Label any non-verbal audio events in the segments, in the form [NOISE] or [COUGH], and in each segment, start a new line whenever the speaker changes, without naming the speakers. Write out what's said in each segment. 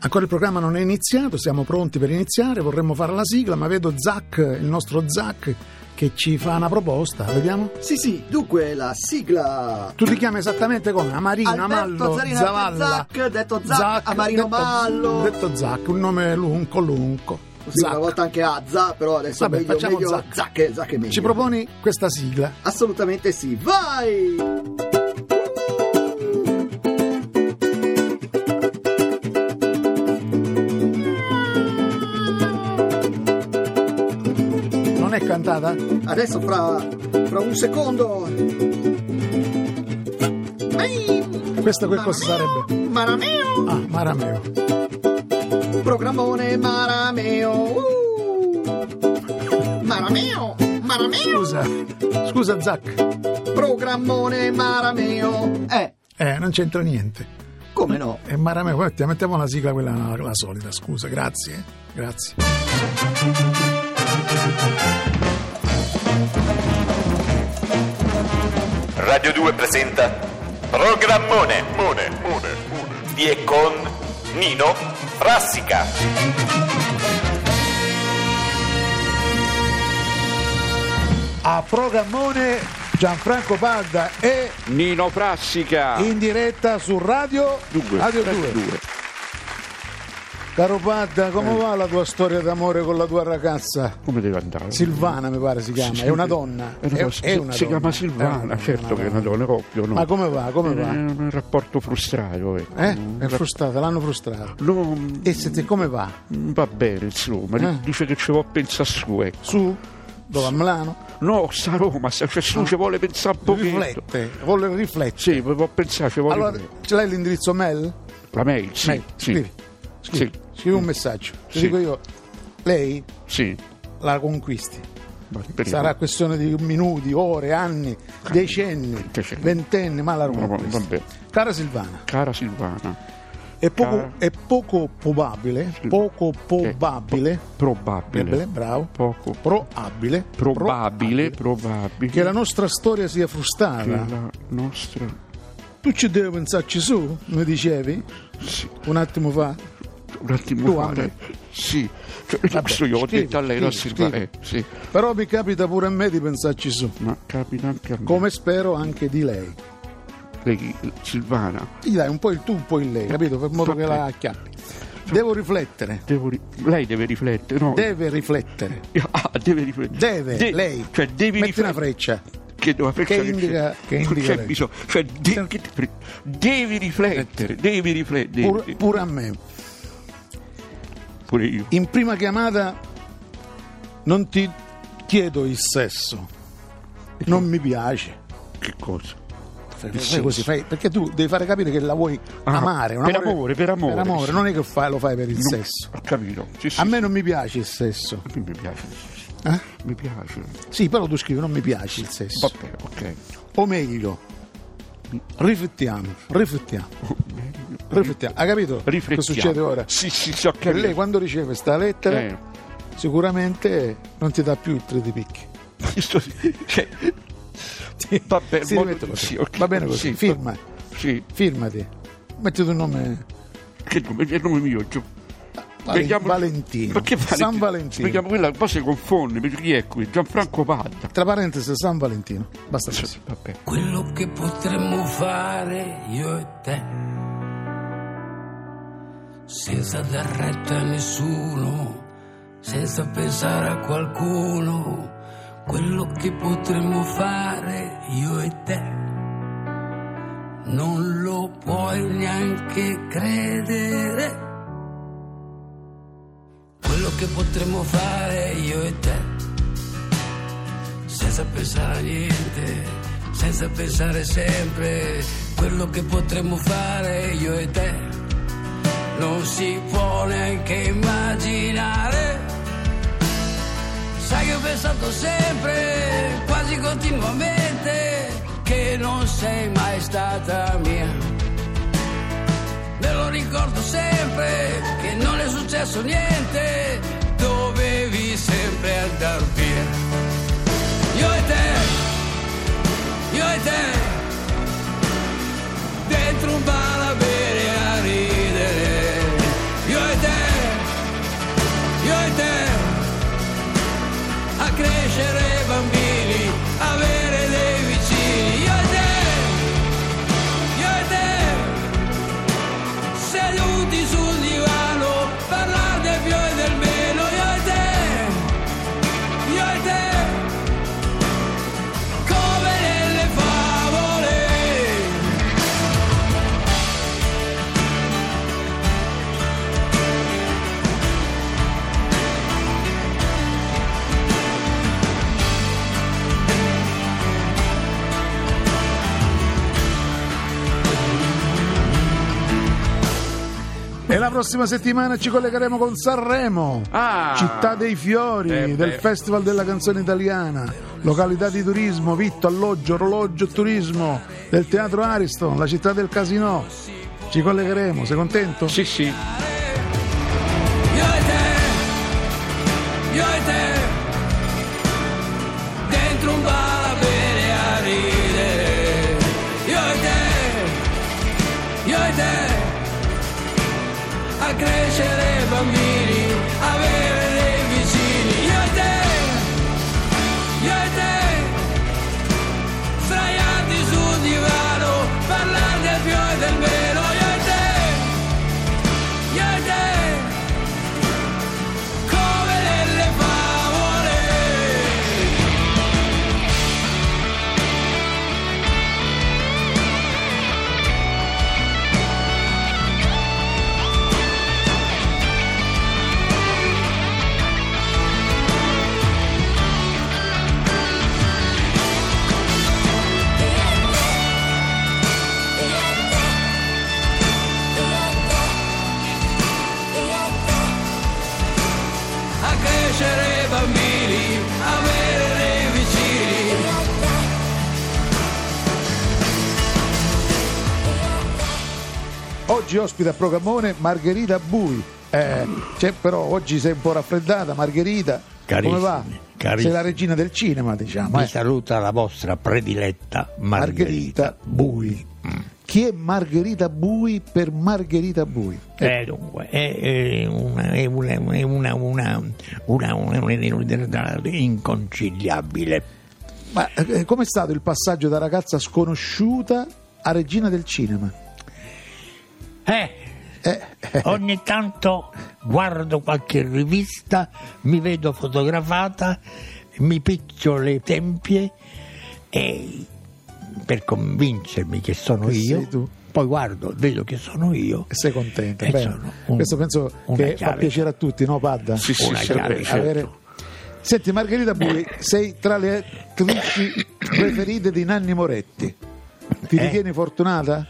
Ancora il programma non è iniziato, siamo pronti per iniziare, vorremmo fare la sigla, ma vedo Zac, il nostro Zac, che ci fa una proposta, vediamo.
Sì, sì, dunque la sigla.
Tu ti chiami esattamente come? Amarino,
Alberto
Amallo,
Zarino,
Zavalla.
Zac, detto Zac, Amarino
detto,
Mallo.
Detto Zac, un nome lunco, lunco.
Sì, una volta anche Azza, però adesso
Vabbè,
è meglio,
facciamo
meglio
Zac.
Zac, eh, Zac è meglio.
Ci proponi questa sigla?
Assolutamente sì, vai!
Non è cantata?
Adesso fra, fra un secondo. Ehi,
Questa che cosa sarebbe?
Marameo!
Ah, Marameo.
Programmone Marameo! uh. Marameo! Marameo!
Scusa, scusa Zac.
Programmone Marameo! Eh,
Eh, non c'entra niente.
come no?
E Marameo, Eh, guarda, mettiamo la sigla quella la solita, scusa, grazie, eh, grazie.
Radio 2 presenta Programmone Mone, Mone, di e con Nino Frassica.
A programmone Gianfranco Padda e
Nino Prassica.
in diretta su Radio
Ah. Due.
Radio
Radio
2.
Due. Eh.
Caro Padda, come va la tua storia d'amore con la tua ragazza?
Come deve andare?
Silvana mi pare si chiama,
Sì, Eh,
è una
sì.
donna.
È una
È-
donna,
è
si-
una
si
donna.
chiama
È una
Silvana,
donna,
certo che è una donna, ovvio. No.
Ma come va? Come
È
va?
un rapporto frustrato. Eh?
Eh? È frustrata, l'hanno frustrata.
No,
E se te come va?
va bene, insomma.
Eh.
Dice che ci vuole pensare su. Ecco.
Su? Dove a Milano?
No, sta Roma, sta, cioè, su
Ah.
ci vuole pensare un pochino.
Riflette, vuole riflettere.
Sì, può pensare, ci vuole.
Allora, ce l'hai l'indirizzo mail?
La mail, sì.
Mail,
sì.
scrivi. Scrivi,
Sì.
scrivi un messaggio. Ti
Sì.
dico io, lei
Sì.
la conquisti.
Ma speriamo.
Sarà questione di minuti, ore, anni, decenni,
decenni.
ventenni, ma la Roma
Va-
conquisti.
vabbè.
Cara Silvana,
Cara Silvana,
è poco,
Cara.
è poco probabile, poco probabile, probabile,
probabile.
bravo,
Poco.
probabile, probabile,
probabile, probabile.
che la nostra storia sia
che
frustrata.
la nostra.
Tu ci devi pensarci su, mi dicevi
Sì.
un attimo fa.
un attimo
Tu,
fa,
Andre.
lei- sì Cioè, questo io ho
scrivi,
detto a lei la
scrivi,
Silvana sì
Però mi capita pure a me di pensarci su,
ma capita anche a me
come spero anche di lei.
lei Silvana
Gli dai un po' il tu, un po' il lei, capito? Per modo che
Ok.
la acchiappi. Devo riflettere,
devo ri- lei deve riflettere no
deve riflettere.
[LAUGHS] Ah, deve riflettere
Deve,
De-
lei.
cioè devi
Metti una
riflettere
freccia.
che, devo freccia
che indica-
c'è-
che
non
indica
c'è
lei.
bisogno cioè de- che te- devi riflettere devi riflettere
Pur- pure a me.
pure io
In prima chiamata non ti chiedo il sesso, non mi piace.
che cosa
Fai
sesso.
così, fai- perché tu devi fare capire che la vuoi
Ah,
amare. un
per amore, per amore, sì.
non è che fai- lo fai per il
No,
sesso.
ho capito sì, sì,
A me non mi piace il sesso.
sì, mi piace
eh?
mi piace
Sì, però tu scrivi non mi piace il sesso.
vabbè ok
O meglio, riflettiamo, riflettiamo, riflettiamo. Ha capito
riflettiamo
che succede ora?
sì sì sì ho
Che
capito
lei quando riceve questa lettera
Eh.
sicuramente non ti dà più il tre di picchi.
Questo sì, cioè, va bene,
si
mo-
rimette così.
Eh, sì, ok,
Va bene così,
sì,
firma,
Sì,
firmati. Mettiti un nome
che nome, è il nome mio. Gio-
Valen-
Vediamo-
Valentino.
Perché
San Valentino.
Vediamo quella poi si confonde, mi dice, chi è qui? Gianfranco Padda.
Tra parentesi San Valentino. Basta così.
Vabbè.
quello che potremmo fare io e te, senza dar retta a nessuno, senza pensare a qualcuno, quello che potremmo fare io e te, non lo puoi neanche credere. Quello che potremmo fare io e te senza pensare a niente, senza pensare sempre quello che potremmo fare io e te. Non si può neanche immaginare. Sai che ho pensato sempre, quasi continuamente, che non sei mai stata mia. Me lo ricordo sempre che non è successo niente, dovevi sempre andar via. Io e te, io e te, dentro un bar a bere e a ridere. Io seduti sul divano, parlare del più e del meno, io e te, io e te, come nelle favole.
E la prossima settimana ci collegheremo con Sanremo,
Ah.
città dei fiori,
Eh, beh.
del Festival della canzone italiana, località di turismo, vitto, alloggio, orologio, turismo, del teatro Ariston, la città del casino. Ci collegheremo, sei contento?
Sì, sì.
Io e te, io e te, dentro un bar a bere a ridere. Io e te, io e te, a crescere bambini, avere dei vicini. Io e te, io e te, sdraiati sul divano, parlare del più e del meno. Io e te, io e te. Come nelle favole a crescere bambini, avere dei vicini.
Oggi ospita a Programmone Margherita Bui. Eh, c'è però oggi sei un po' raffreddata, Margherita.
Carissimi,
come va? Sei
carissimi.
la regina del cinema, diciamo.
Vi
eh.
saluta la vostra prediletta Margherita,
Margherita Bui. Chi è Margherita Bui per Margherita Bui?
Eh, dunque, è, è una, è una, è una, una, una, una- una- inconciliabile.
Ma eh, com'è stato il passaggio da ragazza sconosciuta a regina del cinema? [LAUGHS]
Eh,
Eh,
ogni tanto guardo qualche rivista, mi vedo fotografata, mi picchio le tempie e per convincermi che sono
Che sei
io,
tu.
poi guardo, vedo che sono io.
sei contenta?
Eh,
bene.
sono un-
Questo penso
una
che fa
chiave.
piacere a tutti, no Padda?
Sì, sì,
Una
sì,
chiave,
beh,
certo.
Avere- Senti Margherita Bui, sei tra le attrici preferite di Nanni Moretti. Ti
Eh.
ritieni fortunata?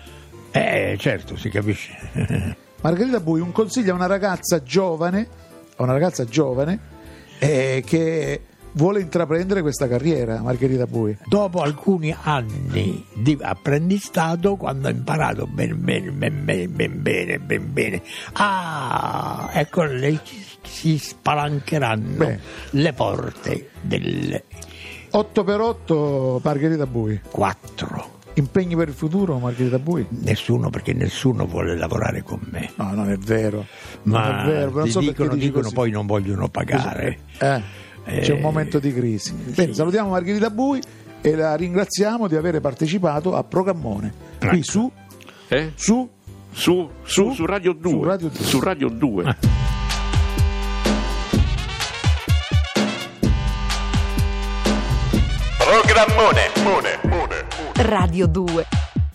Eh, certo, si capisce.
Margherita Bui, un consiglio a una ragazza giovane, a una ragazza giovane eh, che vuole intraprendere questa carriera, Margherita Bui.
Dopo alcuni anni di apprendistato, quando ho imparato bene, bene, ben bene, ben bene, ben bene, ah, ecco lì ci- si spalancheranno
Beh.
le porte del
8x8 Margherita Bui.
4.
Impegni per il futuro, Margherita Bui?
Nessuno, perché nessuno vuole lavorare con me.
No, non è vero. non
Ma
è vero, non
ti
so perché
dicono,
dici
dicono,
così.
poi non vogliono pagare.
Eh, c'è un
Eh,
momento di crisi. Bene, salutiamo Margherita Bui e la ringraziamo di aver partecipato a Programmone. Qui
Ecco.
su,
Eh?
su
Su, su, su Radio 2.
Radio Ah, 2.
Su Radio 2.
Programmone. Mone, mone, mone.
Radio 2.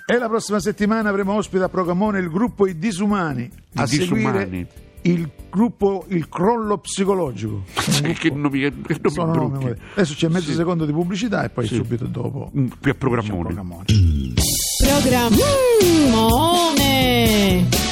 E la prossima settimana avremo ospite a Programmone il gruppo I Disumani. A
Disumani.
seguire il gruppo Il Crollo Psicologico.
che nomi, che nomi
ecco. Sono nomi
brutti.
Adesso c'è mezzo secondo di pubblicità e poi subito dopo
Mm, Qui a
c'è
programmone.
Programmone.
Programmone.